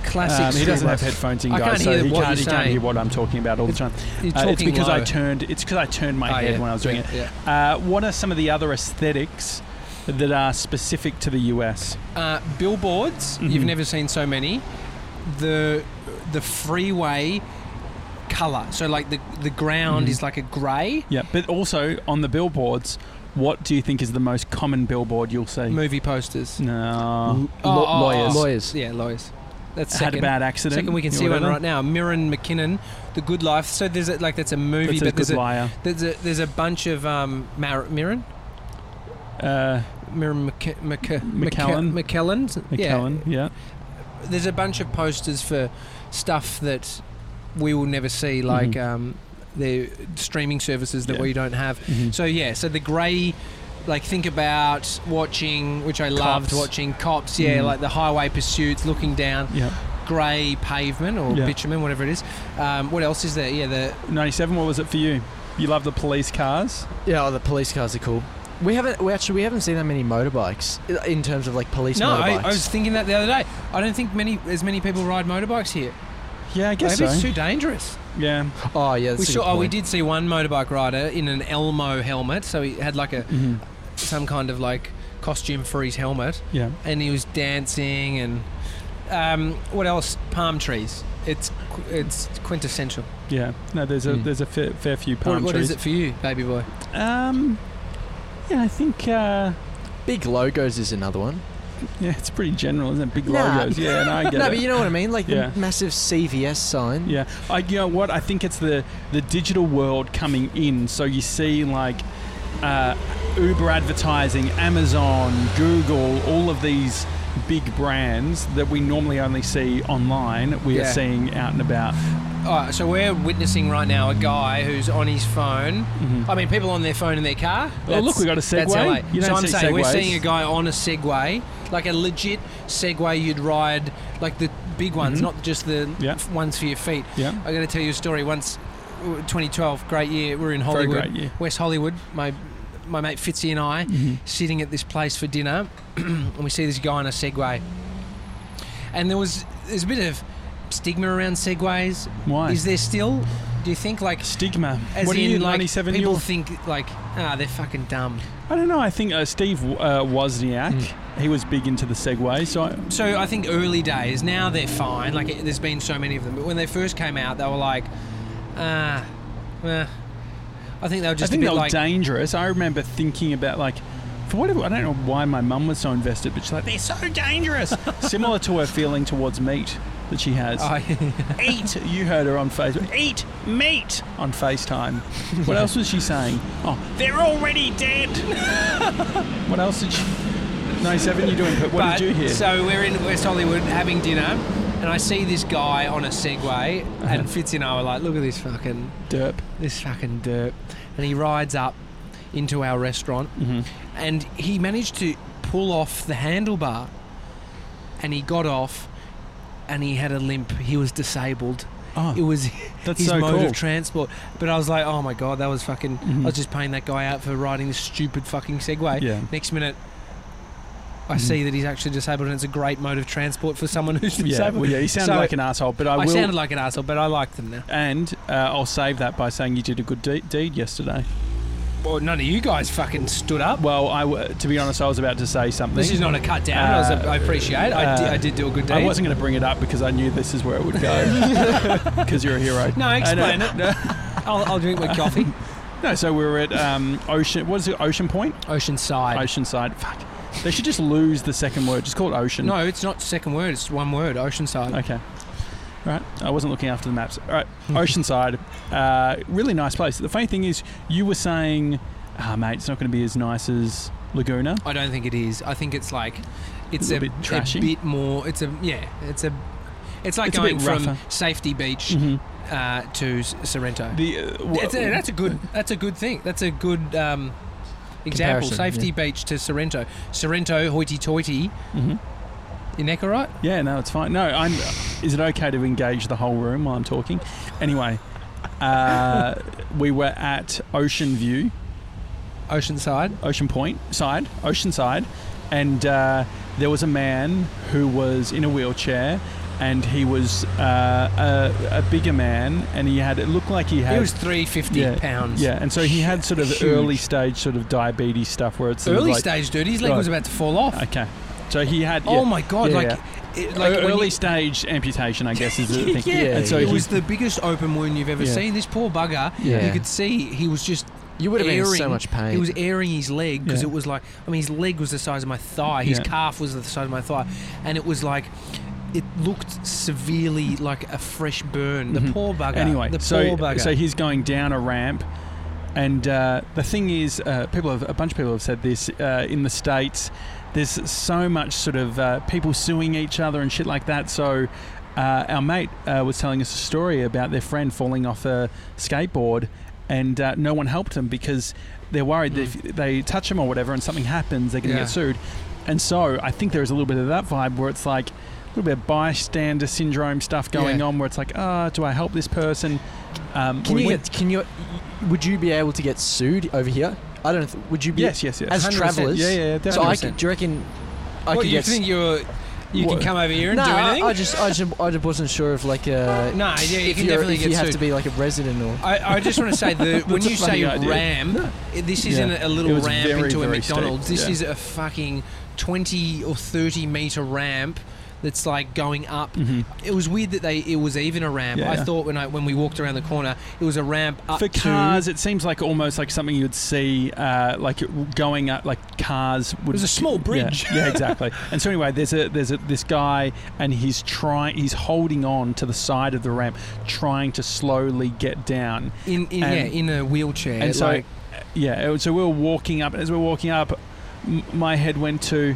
S2: Classic.
S1: Um, he
S2: school
S1: doesn't have
S2: bus.
S1: headphones in,
S2: I
S1: guys,
S2: can't
S1: so
S2: hear
S1: he
S2: what
S1: can't
S2: you're
S1: he can't hear
S2: saying.
S1: what I'm talking about all the time.
S2: You're
S1: Uh, it's
S2: talking
S1: because I
S2: low.
S1: turned. It's because I turned my
S2: Oh,
S1: head
S2: yeah.
S1: when I was doing
S2: Yeah,
S1: it. Uh, what are some of the other aesthetics that are specific to the US.
S2: Uh, billboards. You've
S1: Mhm.
S2: never seen so many. The the freeway color. So like the the ground
S1: Mhm.
S2: is like a grey.
S1: Yeah, but also on the billboards, what do you think is the most common billboard you'll see?
S2: Movie posters.
S3: Uh-huh.
S1: No.
S2: Oh, oh, oh,
S3: lawyers.
S2: oh.
S3: Lawyers.
S2: Yeah, lawyers. That's
S1: Had a
S2: second.
S1: bad accident.
S2: Second, we can
S1: or
S2: see one
S1: whatever.
S2: right now. Mirren McKinnon, The Good Life. So there's a, like that's a movie,
S1: That's a
S2: but
S1: good
S2: there's a,
S1: liar.
S2: there's a there's a bunch of um Mar- Mirren
S1: Uh,
S2: Mirren McK- McK-
S1: McKellen.
S2: McK- McKellen. Yeah,
S1: McKellen, yeah.
S2: there's a bunch of posters for stuff that we will never see, like
S1: Mhm.
S2: um, the streaming services that
S1: Yeah.
S2: we don't have.
S1: Mhm.
S2: So yeah, so the grey, like think about watching, which I loved
S1: Cops.
S2: watching cops. Yeah,
S1: Mm.
S2: like the highway pursuits, looking down
S1: yeah.
S2: grey pavement or
S1: Yeah.
S2: bitumen, whatever it is. Um, what else is there? Yeah, the
S1: 97, what was it for you? You love the police cars?
S3: Yeah, oh, the police cars are cool. We haven't. We actually we haven't seen that many motorbikes i- in terms of like police
S2: no, I,
S3: motorbikes.
S2: I was thinking that the other day. I don't think many as many people ride motorbikes here.
S1: Yeah, I guess
S2: Maybe it's
S1: so.
S2: too dangerous.
S1: yeah.
S3: oh yeah, that's
S2: we
S3: a good
S2: saw. Oh, we
S3: point.
S2: did see one motorbike rider in an Elmo helmet, so he had like a
S1: Mhm.
S2: some kind of like costume for his helmet,
S1: Yeah.
S2: and he was dancing and um, what else? Palm trees. It's qu- it's quintessential.
S1: Yeah. No, there's a
S3: Mm.
S1: there's a fair, fair few
S2: What-
S1: palm
S2: what
S1: trees.
S2: is it for you, baby boy?
S1: Um yeah, I think uh,
S3: Big logos is another one.
S1: yeah, it's pretty general, isn't it? Big
S3: Nah.
S1: logos. Yeah, and I get
S3: no,
S1: it.
S3: but you know what I mean, like the
S1: Yeah.
S3: massive CVS sign.
S1: Yeah, I, you know what? I think it's the the digital world coming in. So you see like uh, Uber advertising, Amazon, Google, all of these big brands that we normally only see online. We
S2: Yeah.
S1: are seeing out and about. Oh,
S2: All right, so we're witnessing right now a guy who's on his phone. I mean, people on their phone in their car.
S1: Mm-hmm. Oh, look, we got a
S2: That's
S1: Segway.
S2: LA.
S1: You
S2: so
S1: don't
S2: I'm
S1: see
S2: saying we're
S1: Segways.
S2: seeing a guy on a Segway, like a legit Segway you'd ride, like the big ones,
S1: Mhm.
S2: not just the
S1: Yeah.
S2: f- ones for your feet.
S1: Yeah,
S2: I got to tell you a story. Once, w- 2012, great year. We're in
S1: very
S2: Hollywood,
S1: great. Yeah.
S2: West Hollywood. My my mate Fitzy and I
S1: Mm-hmm.
S2: sitting at this place for dinner, and we see this guy on a Segway. And there was there's a bit of stigma around Segways.
S1: Why?
S2: Is there still? Do you think like
S1: Stigma.
S2: as
S1: what
S2: in
S1: are you,
S2: like
S1: 97
S2: people
S1: years?
S2: think like ah they're fucking dumb.
S1: I don't know. I think uh, Steve uh, Wozniak,
S2: Hmm.
S1: he was big into the Segway. So I,
S2: So I think early days now they're fine. Like it, there's been so many of them, but when they first came out, they were like ah. eh. I think they were
S1: I
S2: just
S1: think
S2: a
S1: they
S2: bit
S1: were
S2: like
S1: dangerous. I remember thinking about like, for whatever I don't know why my mum was so invested, but she's like, they're so dangerous. Similar to her feeling towards meat that she has.
S2: Oh,
S1: Eat. You heard her on Facebook. Eat meat on FaceTime. What else was she saying? Oh, they're already dead. what else did she? No, seven. You doing? What
S2: but,
S1: did you hear?
S2: So we're in West Hollywood having dinner, and I see this guy on a Segway,
S1: Uh-huh.
S2: and Fitz and I were like, "Look at this fucking
S1: Derp.
S2: this fucking dirt," and he rides up into our restaurant,
S1: hmm
S2: and he managed to pull off the handlebar, and he got off, and he had a limp. He was disabled. It
S1: Oh,
S2: was
S1: that's
S2: his
S1: so
S2: mode
S1: cool.
S2: of transport. But I was like, "Oh my god, that was fucking." I
S1: Mhm.
S2: was just paying that guy out for riding this stupid fucking Segway.
S1: yeah.
S2: Next minute, I
S1: Mhm.
S2: see that he's actually disabled, and it's a great mode of transport for someone who's
S1: Yeah,
S2: disabled.
S1: well, yeah, he sounded
S2: So-
S1: like an asshole, but I,
S2: I,
S1: will.
S2: sounded like an asshole, but I like them now.
S1: and uh, I'll save that by saying you did a good de- deed yesterday.
S2: Well, none of you guys fucking stood up.
S1: Well, I w- to be honest, I was about to say something.
S2: This is not a cut down. I, was a, I appreciate. it. I,
S1: uh,
S2: did, I did do a good deed.
S1: I wasn't going to bring it up because I knew this is where it would go. Because you're a hero.
S2: No, explain
S1: And, uh,
S2: I'll, I'll drink my coffee.
S1: No, so we were at um, Ocean. What is it? Ocean Point?
S2: Oceanside.
S1: Oceanside. Fuck. They should just lose the second word. Just call it Ocean.
S2: No, it's not second word. It's one word. Oceanside.
S1: Okay. Right. I wasn't looking after the maps. All right.
S2: Hmm.
S1: Oceanside. uh, really nice place. The funny thing is, you were saying, ah, mate, it's not going to be as nice as Laguna.
S2: I don't think it is. I think it's like it's a,
S1: Little bit trashy.
S2: a bit more. It's a yeah. It's a. It's like
S1: It's a bit
S2: going from
S1: rougher.
S2: Safety Beach
S1: Mhm.
S2: uh, to S- Sorrento.
S1: The, uh, w-
S2: That's a, that's a good. That's a good thing. That's a good um, example.
S3: Comparison,
S2: Safety
S3: yeah.
S2: Beach to Sorrento. Sorrento hoity-toity.
S1: Mhm.
S2: Your neck all right?
S1: Yeah, no, it's fine. No, I'm. Is it okay to engage the whole room while I'm talking? Anyway, uh, we were at Ocean View,
S2: Oceanside.
S1: Ocean Point side, Ocean side, and uh, there was a man who was in a wheelchair, and he was uh, a, a bigger man, and he had it looked like he had
S2: He was 350
S1: Yeah,
S2: pounds.
S1: yeah, and so he had sort of
S2: Huge.
S1: early stage sort of diabetes stuff where it's sort of
S2: Early
S1: like,
S2: stage, dude. His leg
S1: Right.
S2: was about to fall off.
S1: Okay, so he had yeah,
S2: Oh my god!
S1: Yeah,
S2: like,
S1: yeah. E-,
S2: It, like when
S1: early
S2: you-
S1: stage amputation, I guess is the thing.
S2: yeah,
S1: and so
S2: it
S1: he,
S2: was the biggest open wound you've ever
S1: Yeah.
S2: seen. This poor bugger.
S3: Yeah.
S2: You could see he was just
S3: You would have been in so
S2: airing-
S3: much pain.
S2: He was airing his leg because
S1: Yeah.
S2: it was like, I mean, his leg was the size of my thigh, his
S1: Yeah.
S2: calf was the size of my thigh, and it was like, it looked severely like a fresh burn. The
S1: Mhm.
S2: poor bugger.
S1: anyway,
S2: the
S1: so
S2: poor bugger.
S1: so he's going down a ramp, and uh, the thing is, uh, people have a bunch of people have said this uh, in the states. There's so much sort of uh, people suing each other and shit like that. So. Uh, our mate uh, was telling us a story about their friend falling off a skateboard, and uh, no one helped him because they're worried that if they touch him or whatever, and something happens, they're going to
S2: Mm. Yeah.
S1: get sued. And so I think there is a little bit of that vibe where it's like a little bit of bystander syndrome stuff going
S2: Yeah.
S1: on, where it's like, ah, do I help this person? Um,
S3: Can
S1: we-
S3: you get? Can you? Would you be able to get sued over here? I don't. Th- would you be?
S1: yes, yes, yes.
S3: As
S2: 100%.
S3: travellers,
S1: yeah, yeah, yeah,
S3: So I
S1: definitely.
S3: could, do you reckon? I
S2: what,
S3: could
S2: you
S3: get.
S2: think you're, you
S1: What?
S2: can come over here and
S3: no,
S2: do
S3: I,
S2: anything?
S3: I just, I just, I just wasn't sure if like uh,
S2: No, yeah, you
S3: if
S2: can
S3: you're-
S2: definitely
S3: if
S2: get
S3: you have
S2: sued.
S3: to be like a resident or.
S2: I, I just want to say that when
S1: That's a
S2: you
S1: funny
S2: say
S1: idea.
S2: ramp, i- this isn't
S1: Yeah.
S2: a
S1: It
S2: little
S1: was
S2: ramp
S1: very,
S2: into a
S1: very steep,
S2: McDonald's. This
S1: yeah.
S2: is a fucking 20 or 30 meter ramp that's like going up.
S1: Mhm.
S2: It was weird that they it was even a ramp.
S1: Yeah,
S2: I
S1: yeah.
S2: thought when I when we walked around the corner, it was a ramp up
S1: For
S2: to-
S1: cars, it seems like almost like something you'd see, uh, like it- going up, like cars would.
S2: There's a small
S1: Yeah,
S2: bridge.
S1: Yeah, exactly. And so anyway, there's a there's a, this guy, and he's trying, he's holding on to the side of the ramp, trying to slowly get down.
S2: in, in
S1: and-
S2: yeah in a wheelchair.
S1: and so
S2: like,
S1: yeah it was- so we were walking up as we were walking up m- my head went to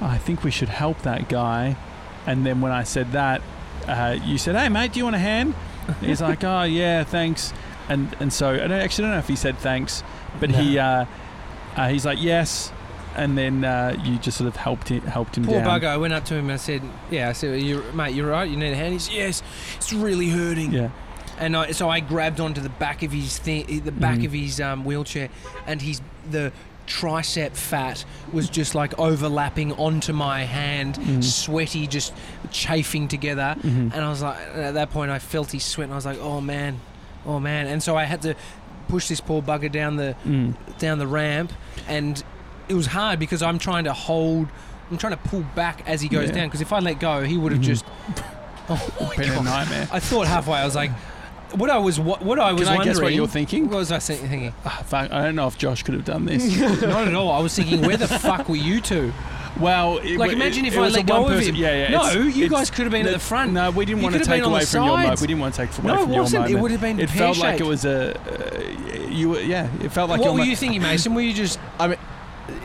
S1: "Oh, i think we should help that guy and then when i said that uh, you said hey mate do you want a hand And he's like oh yeah thanks and and so i don't, actually don't know if he said thanks but he uh, uh, he's like yes and then uh, you just sort of helped him helped him
S2: Poor
S1: down
S2: bugger. I went up to him and I said, "Yeah, I said, you, mate, you're right. You need a hand." He's yes, it's really hurting.
S1: yeah
S2: and I, so I grabbed onto the back of his thing, the back
S1: Mhm.
S2: of his um, wheelchair, and his the tricep fat was just like overlapping onto my hand,
S1: Mhm.
S2: sweaty, just chafing together.
S1: Mhm.
S2: And I was like, at that point, I felt his sweat, and I was like, oh man, oh man. And so I had to push this poor bugger down the
S1: Mm.
S2: down the ramp, and it was hard because I'm trying to hold. I'm trying to pull back as he goes
S1: Yeah.
S2: down because if I let go, he would have
S1: Mhm.
S2: just. Oh my
S1: been a
S2: god!
S1: nightmare
S2: I thought halfway. I was like, what I was what, what I was
S1: can i
S2: wondering.
S1: guess what you're thinking
S2: what was I think- thinking?
S1: Ah, fuck, i don't know if josh could have done this
S2: Not at all. I was thinking, where the fuck were you two?
S1: well it,
S2: Like,
S1: it-
S2: imagine if
S1: it
S2: I
S1: was a
S2: let go
S1: one
S2: of
S1: person-
S2: him.
S1: yeah yeah
S2: no,
S1: it's-
S2: you
S1: it's-
S2: guys could have been in the front.
S1: No, we didn't
S2: You
S1: want to
S2: could have
S1: take
S2: been on
S1: away
S2: the
S1: from your moment.
S2: sides.
S1: We didn't want to take away
S2: No, it
S1: from your
S2: wasn't. It
S1: moment.
S2: would have been
S1: It felt like it
S2: pear-shaped.
S1: was a. Uh, you were, yeah. It felt like
S2: what
S1: your
S2: were
S1: mo-
S2: you thinking, Mason? Were you just
S3: I mean,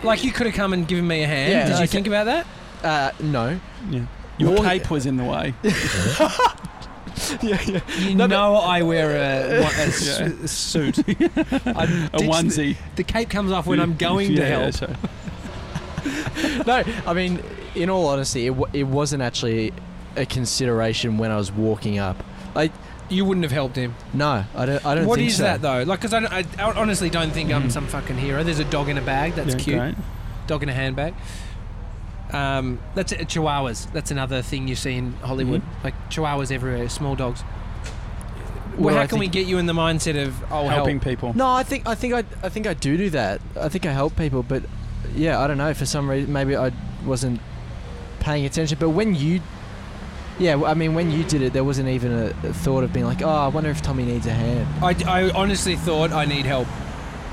S2: like you could have come and given me a hand?
S3: Yeah,
S2: Did you
S3: okay.
S2: think about that?
S3: uh, no.
S1: Yeah. Your
S3: Well,
S1: cape was in the way.
S3: yeah, yeah.
S2: You
S3: No, but-
S2: know I wear a, what, a su-
S1: Yeah.
S2: a suit. I
S1: A
S2: ditched the-
S1: onesie.
S2: The cape comes off when I'm going
S1: yeah,
S2: to help.
S1: Yeah, so.
S3: No, I mean, in all honesty, it, w- it wasn't actually a consideration when I was walking up. I
S2: You wouldn't have helped him.
S3: no, I don't. I don't
S2: What
S3: think
S2: is
S3: so.
S2: that though? Like, because I, don't- I I honestly don't think I'm some fucking hero. There's a dog in a bag. That's
S1: Hmm. Yeah,
S2: cute.
S1: great.
S2: dog in a handbag. Um, that's it, chihuahuas. That's another thing you see in Hollywood,
S1: Mm-hmm.
S2: like chihuahuas everywhere, small dogs.
S3: Well,
S2: Well,
S3: I
S2: how can we
S3: think-
S2: get you in the mindset of oh
S1: Helping
S2: help?
S1: people.
S3: No, I think I think I I think I do do that. I think I help people, but yeah, I don't know for some reason maybe I wasn't paying attention. But when you, yeah, I mean when you did it, there wasn't even a a thought of being like, oh, I wonder if Tommy needs a hand.
S2: I, I honestly thought I need help.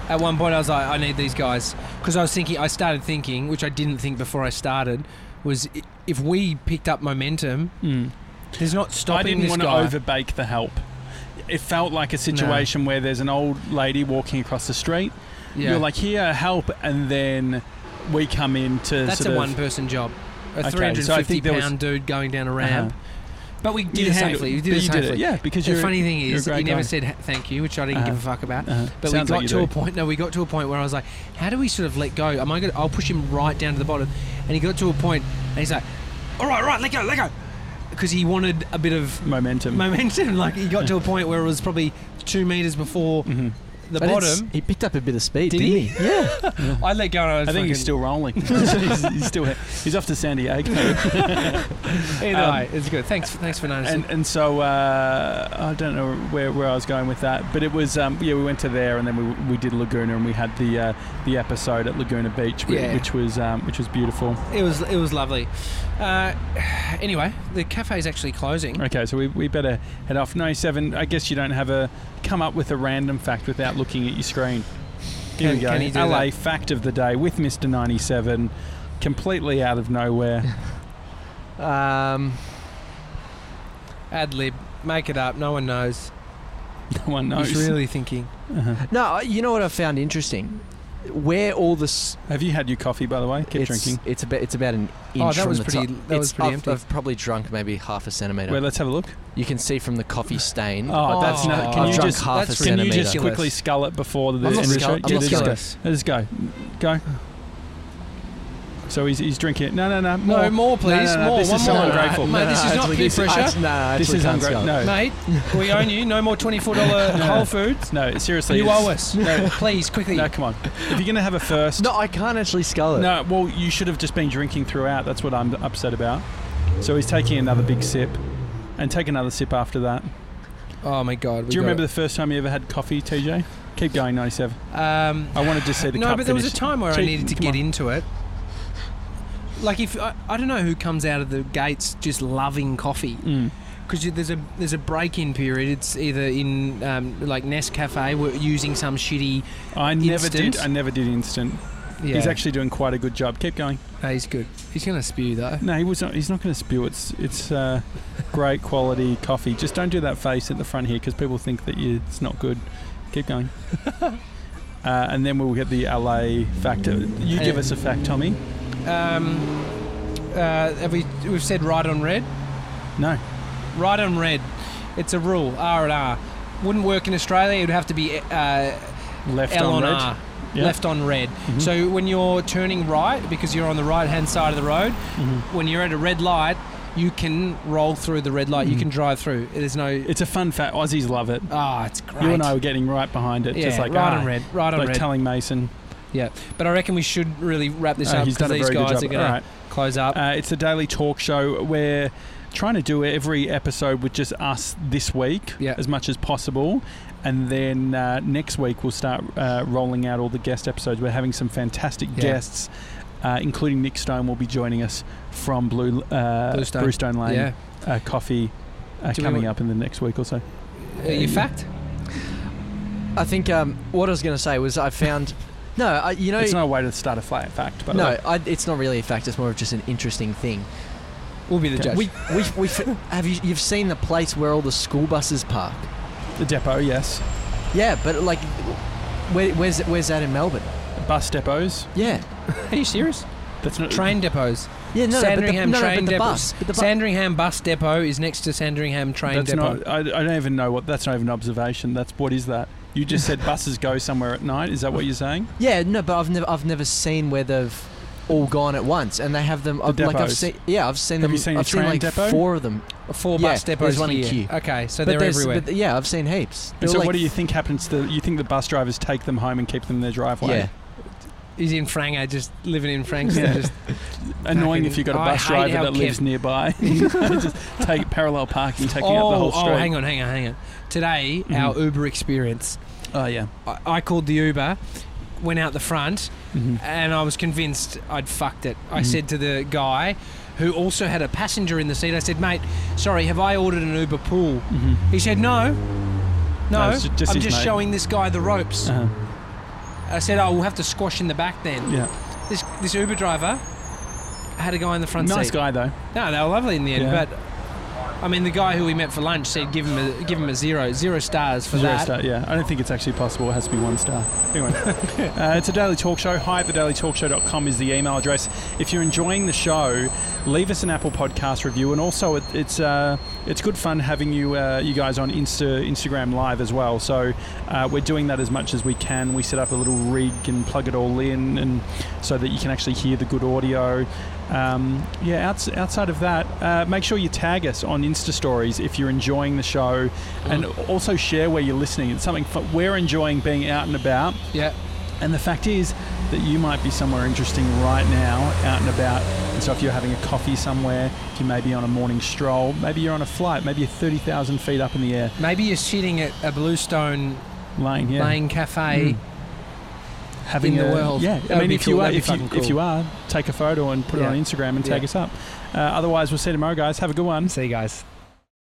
S2: At one point, I was like, I need these guys because I was thinking. I started thinking, which I didn't think before I started, was i- if we picked up momentum,
S1: Mm.
S2: there's not
S1: I
S2: stopping
S1: didn't
S2: this
S1: want
S2: guy.
S1: to overbake the help. It felt like a situation where there's an old lady walking across the street.
S2: yeah.
S1: You're like, here, help, and then we come in to
S2: that's
S1: sort
S2: a
S1: of-
S2: one-person job. A
S1: Okay, so I
S2: 350
S1: think
S2: fifty
S1: there was-
S2: pound dude going down a ramp. But we did
S1: You
S2: it
S1: handled-
S2: safely. We
S1: Uh-huh. but
S2: did it
S1: you
S2: safely.
S1: Yeah, because
S2: The
S1: you're.
S2: funny thing
S1: you're a
S2: is,
S1: great
S2: he never
S1: guy.
S2: said h- thank you, which I didn't
S1: Uh-huh.
S2: give a fuck about.
S1: uh
S2: But we got to a point. No, we got to a point where I was like, "How do we sort of let go? Am I going? to I'll push him right down to the bottom." And he got to a point, and he's like, "All right, all right, let go, let go," because he wanted a bit of
S1: momentum.
S2: momentum. Like he got to a point where it was probably two meters before
S1: Mhm.
S2: the
S3: But it's-
S2: bottom.
S3: He picked up a bit of speed,
S2: Did
S3: didn't
S2: he?
S3: he? Yeah.
S2: I let go. And I, was
S1: I think he's
S2: fucking-
S1: still rolling. he's, he's still he's off to San Diego.
S2: Either
S1: um,
S2: way, it's good. Thanks, thanks for noticing.
S1: and and so uh, I don't know where, where I was going with that, but it was um, yeah we went to there and then we, we did Laguna and we had the uh, the episode at Laguna Beach, which,
S2: Yeah.
S1: which was um, which was beautiful.
S2: It was it was lovely. Uh, anyway, the cafe is actually closing.
S1: Okay, so we, we better head off. Ninety seven. I guess you don't have a come up with a random fact without looking at your screen. Here
S2: Can-
S1: we go.
S2: can he do
S1: LA
S2: that?
S1: fact of the day with Mister Ninety Seven, completely out of nowhere.
S3: Um,
S2: Ad lib, make it up. No one knows.
S1: No one knows.
S2: He's really thinking.
S1: Uh-huh.
S3: no, I- you know what I found interesting? Where all this.
S1: Have you had your coffee by the way? Keep
S3: it's,
S1: drinking.
S3: It's about it's about an inch.
S2: Oh, that
S3: from
S2: was
S3: the
S2: pretty.
S3: top.
S2: That
S3: It's-
S2: was pretty
S3: I've,
S2: empty.
S3: I've probably drunk maybe half a centimeter.
S1: Well, let's have a look.
S3: you can see from the coffee stain.
S1: Oh, that's
S2: Oh,
S1: not. Can
S3: Mm. I've
S1: you
S3: drunk
S1: just
S3: half
S2: that's
S3: a
S1: Can
S2: really-
S1: you
S3: centimeter.
S1: just quickly scull it before the
S3: I'm not
S1: end of the
S3: scull-
S1: show?
S3: I'm
S1: Yeah,
S3: not
S1: just go.
S3: sculling.
S2: Ridiculous.
S1: Let's go. Go. So he's, he's drinking it. No, no, no.
S2: More,
S1: More.
S2: more, please.
S1: no, no,
S2: more.
S1: this
S2: One
S1: is so
S2: more.
S1: ungrateful.
S2: Mate,
S1: No,
S2: this is not
S3: actually,
S2: peer
S3: this-
S2: pressure.
S3: actually, No, no,
S1: This is ungrateful.
S3: ungrateful.
S1: No.
S2: Mate, we own you. No more twenty-four dollar
S1: No.
S2: Whole Foods.
S1: No, seriously.
S2: You
S1: it's-
S2: owe us. please, quickly.
S1: No, come on. If you're going to have a first.
S3: No, I can't actually scull it.
S1: No, well, you should have just been drinking throughout. That's what I'm upset about. So he's taking another big sip and take another sip after that.
S2: Oh my God.
S1: Do you remember the first time you ever had coffee, TJ? Keep going, 97.
S2: The, um,
S1: I want to just see the
S2: no,
S1: cup
S2: but there was a
S1: finish.
S2: time where I
S1: Cheap-
S2: needed to
S1: come
S2: get
S1: on.
S2: into it. Like if I, I don't know who comes out of the gates just loving coffee
S1: Mm.
S2: because there's a there's a break-in period. It's either in um, like Nescafe we're using some shitty.
S1: I never did.
S2: Instant?
S1: I never did instant.
S2: Yeah,
S1: He's actually doing quite a good job. Keep going.
S2: No, he's good. He's gonna spew though.
S1: No, he was not. He's not going to spew. It's it's uh, great quality coffee. Just don't do that face at the front here because people think that you, it's not good. Keep going. Uh, and then we'll get the LA factor. You give
S2: Yeah.
S1: us a fact, Tommy.
S2: Um, uh, have we we've said right on red?
S1: No.
S2: Right on red. It's a rule. R and R. Wouldn't work in Australia. It would have to be uh,
S1: Left
S2: L on,
S1: on red.
S2: R.
S1: Yeah.
S2: Left on red.
S1: Mhm.
S2: So when you're turning right, because you're on the right hand side of the road,
S1: Mhm.
S2: when you're at a red light, you can roll through the red light. You
S1: Mhm.
S2: can drive through. There's no.
S1: It's a fun fact. Aussies love it.
S2: Ah, it's great.
S1: You and I were getting right behind it,
S2: yeah,
S1: just like
S2: right
S1: ah,
S2: on red. Right on
S1: Like
S2: red.
S1: telling Mason,
S2: but I reckon we should really wrap this
S1: "Oh,
S2: up
S1: he's
S2: because
S1: done a
S2: these
S1: very good
S2: guys
S1: job.
S2: are
S1: All
S2: going
S1: right.
S2: to close up.
S1: Uh, it's a daily talk show. We're trying to do every episode with just us this week
S2: Yeah.
S1: as much as possible. And then uh, next week, we'll start uh, rolling out all the guest episodes. We're having some fantastic
S2: Yeah.
S1: guests, uh, including Nick Stone will be joining us from Blue, uh,
S2: Blue Stone.
S1: Blue Stone Lane
S2: yeah.
S1: uh, Coffee uh,
S2: Do we
S1: coming
S2: want-
S1: up in the next week or so.
S2: Are you fact?
S3: I think um, what I was going to say was I found. No, I, you know.
S1: it's not a way to start a flat fact, but
S3: no, I, it's not really a fact. It's more of just an interesting thing.
S2: We'll be the judge.
S3: We, we, we have you. You've seen the place where all the school buses park.
S1: the depot, yes.
S3: Yeah, but like, where, where's where's that in Melbourne?
S1: Bus depots.
S3: Yeah,
S2: Are you serious?
S1: That's not
S2: Train depots.
S3: yeah. No, no, but the,
S2: Sandringham
S3: no, no,
S2: train
S3: but the
S2: depot.
S3: bus. But the bus.
S2: Sandringham Bus Depot is next to Sandringham Train
S1: That's
S2: Depot.
S1: not. I, I don't even know what. That's not even an observation. That's what is that? You just said buses go somewhere at night. Is that what you're saying?
S3: yeah, no, but I've never I've never seen where they've all gone at once, and they have them. I've, like I've
S1: depots.
S3: seen. Yeah, I've seen
S1: Have
S3: them.
S1: you seen a
S3: I've seen
S1: train
S3: like
S1: depot?
S3: four of them.
S2: Four
S3: Yeah,
S2: bus depots
S3: there's one in
S2: here.
S3: Kew.
S2: Okay, so
S3: But
S2: they're
S3: there's-
S2: everywhere.
S3: But, yeah, I've seen heaps. There
S1: And so,
S3: were, like,
S1: what do you think happens to? You think the bus drivers take them home and keep them in their driveway?
S3: Yeah.
S2: He's in Frango, just living in Franks.
S1: Yeah.
S2: Yeah. Just,
S1: Annoying
S2: Fucking-
S1: if you've got a
S2: I
S1: bus
S2: hate
S1: driver
S2: how
S1: that lives
S2: Kev-
S1: nearby. just take parallel parking, taking up the
S2: oh,
S1: whole street.
S2: oh, hang on, hang on, hang on. Today,
S1: Mhm.
S2: our Uber experience.
S1: Oh, yeah.
S2: I, I called the Uber, went out the front,
S1: Mhm.
S2: and I was convinced I'd fucked it. I
S1: Mhm.
S2: said to the guy, who also had a passenger in the seat, I said, "Mate, sorry, have I ordered an Uber pool?"
S1: Mhm.
S2: He said, "No, no,
S1: it's ju- just
S2: I'm
S1: his
S2: just
S1: mate."
S2: showing this guy the ropes."
S1: Uh-huh.
S2: I said, "Oh, we'll have to squash in the back then."
S1: Yeah.
S2: This this Uber driver had a guy in the front
S1: nice
S2: seat.
S1: guy though.
S2: No, they were lovely in the end,
S1: Yeah.
S2: but I mean, the guy who we met for lunch said give him a give him a zero, zero stars for
S1: Zero
S2: that.
S1: star, yeah. I don't think it's actually possible. It has to be one star. Anyway, Uh, it's a daily talk show. Hi at thedailytalkshow.com is the email address. If you're enjoying the show, leave us an Apple Podcast review. And also, it, it's uh, it's good fun having you uh, you guys on Insta, Instagram Live as well. So uh, we're doing that as much as we can. We set up a little rig and plug it all in, and so that you can actually hear the good audio. Um, yeah, outs- outside of that, uh, make sure you tag us on Insta stories if you're enjoying the show, and also share where you're listening. It's something fu- we're enjoying being out and about.
S2: Yeah.
S1: And the fact is that you might be somewhere interesting right now, out and about. And so if you're having a coffee somewhere, if you may be on a morning stroll, maybe you're on a flight, maybe you're 30,000 feet up in the air,
S2: Maybe you're sitting at a Bluestone
S1: laying here,
S2: Lane cafe.
S1: having
S2: in the
S1: a-
S2: world.
S1: Hmm. Yeah,
S2: That'd
S1: I mean,
S2: be
S1: if
S2: cool,
S1: you are,
S2: that'd be
S1: if you,
S2: fucking
S1: if
S2: cool.
S1: you are, take a photo and put it
S2: Yeah.
S1: on Instagram and tag
S2: Yeah.
S1: us up. Uh, otherwise, we'll see you tomorrow, guys. Have a good one.
S2: See you guys.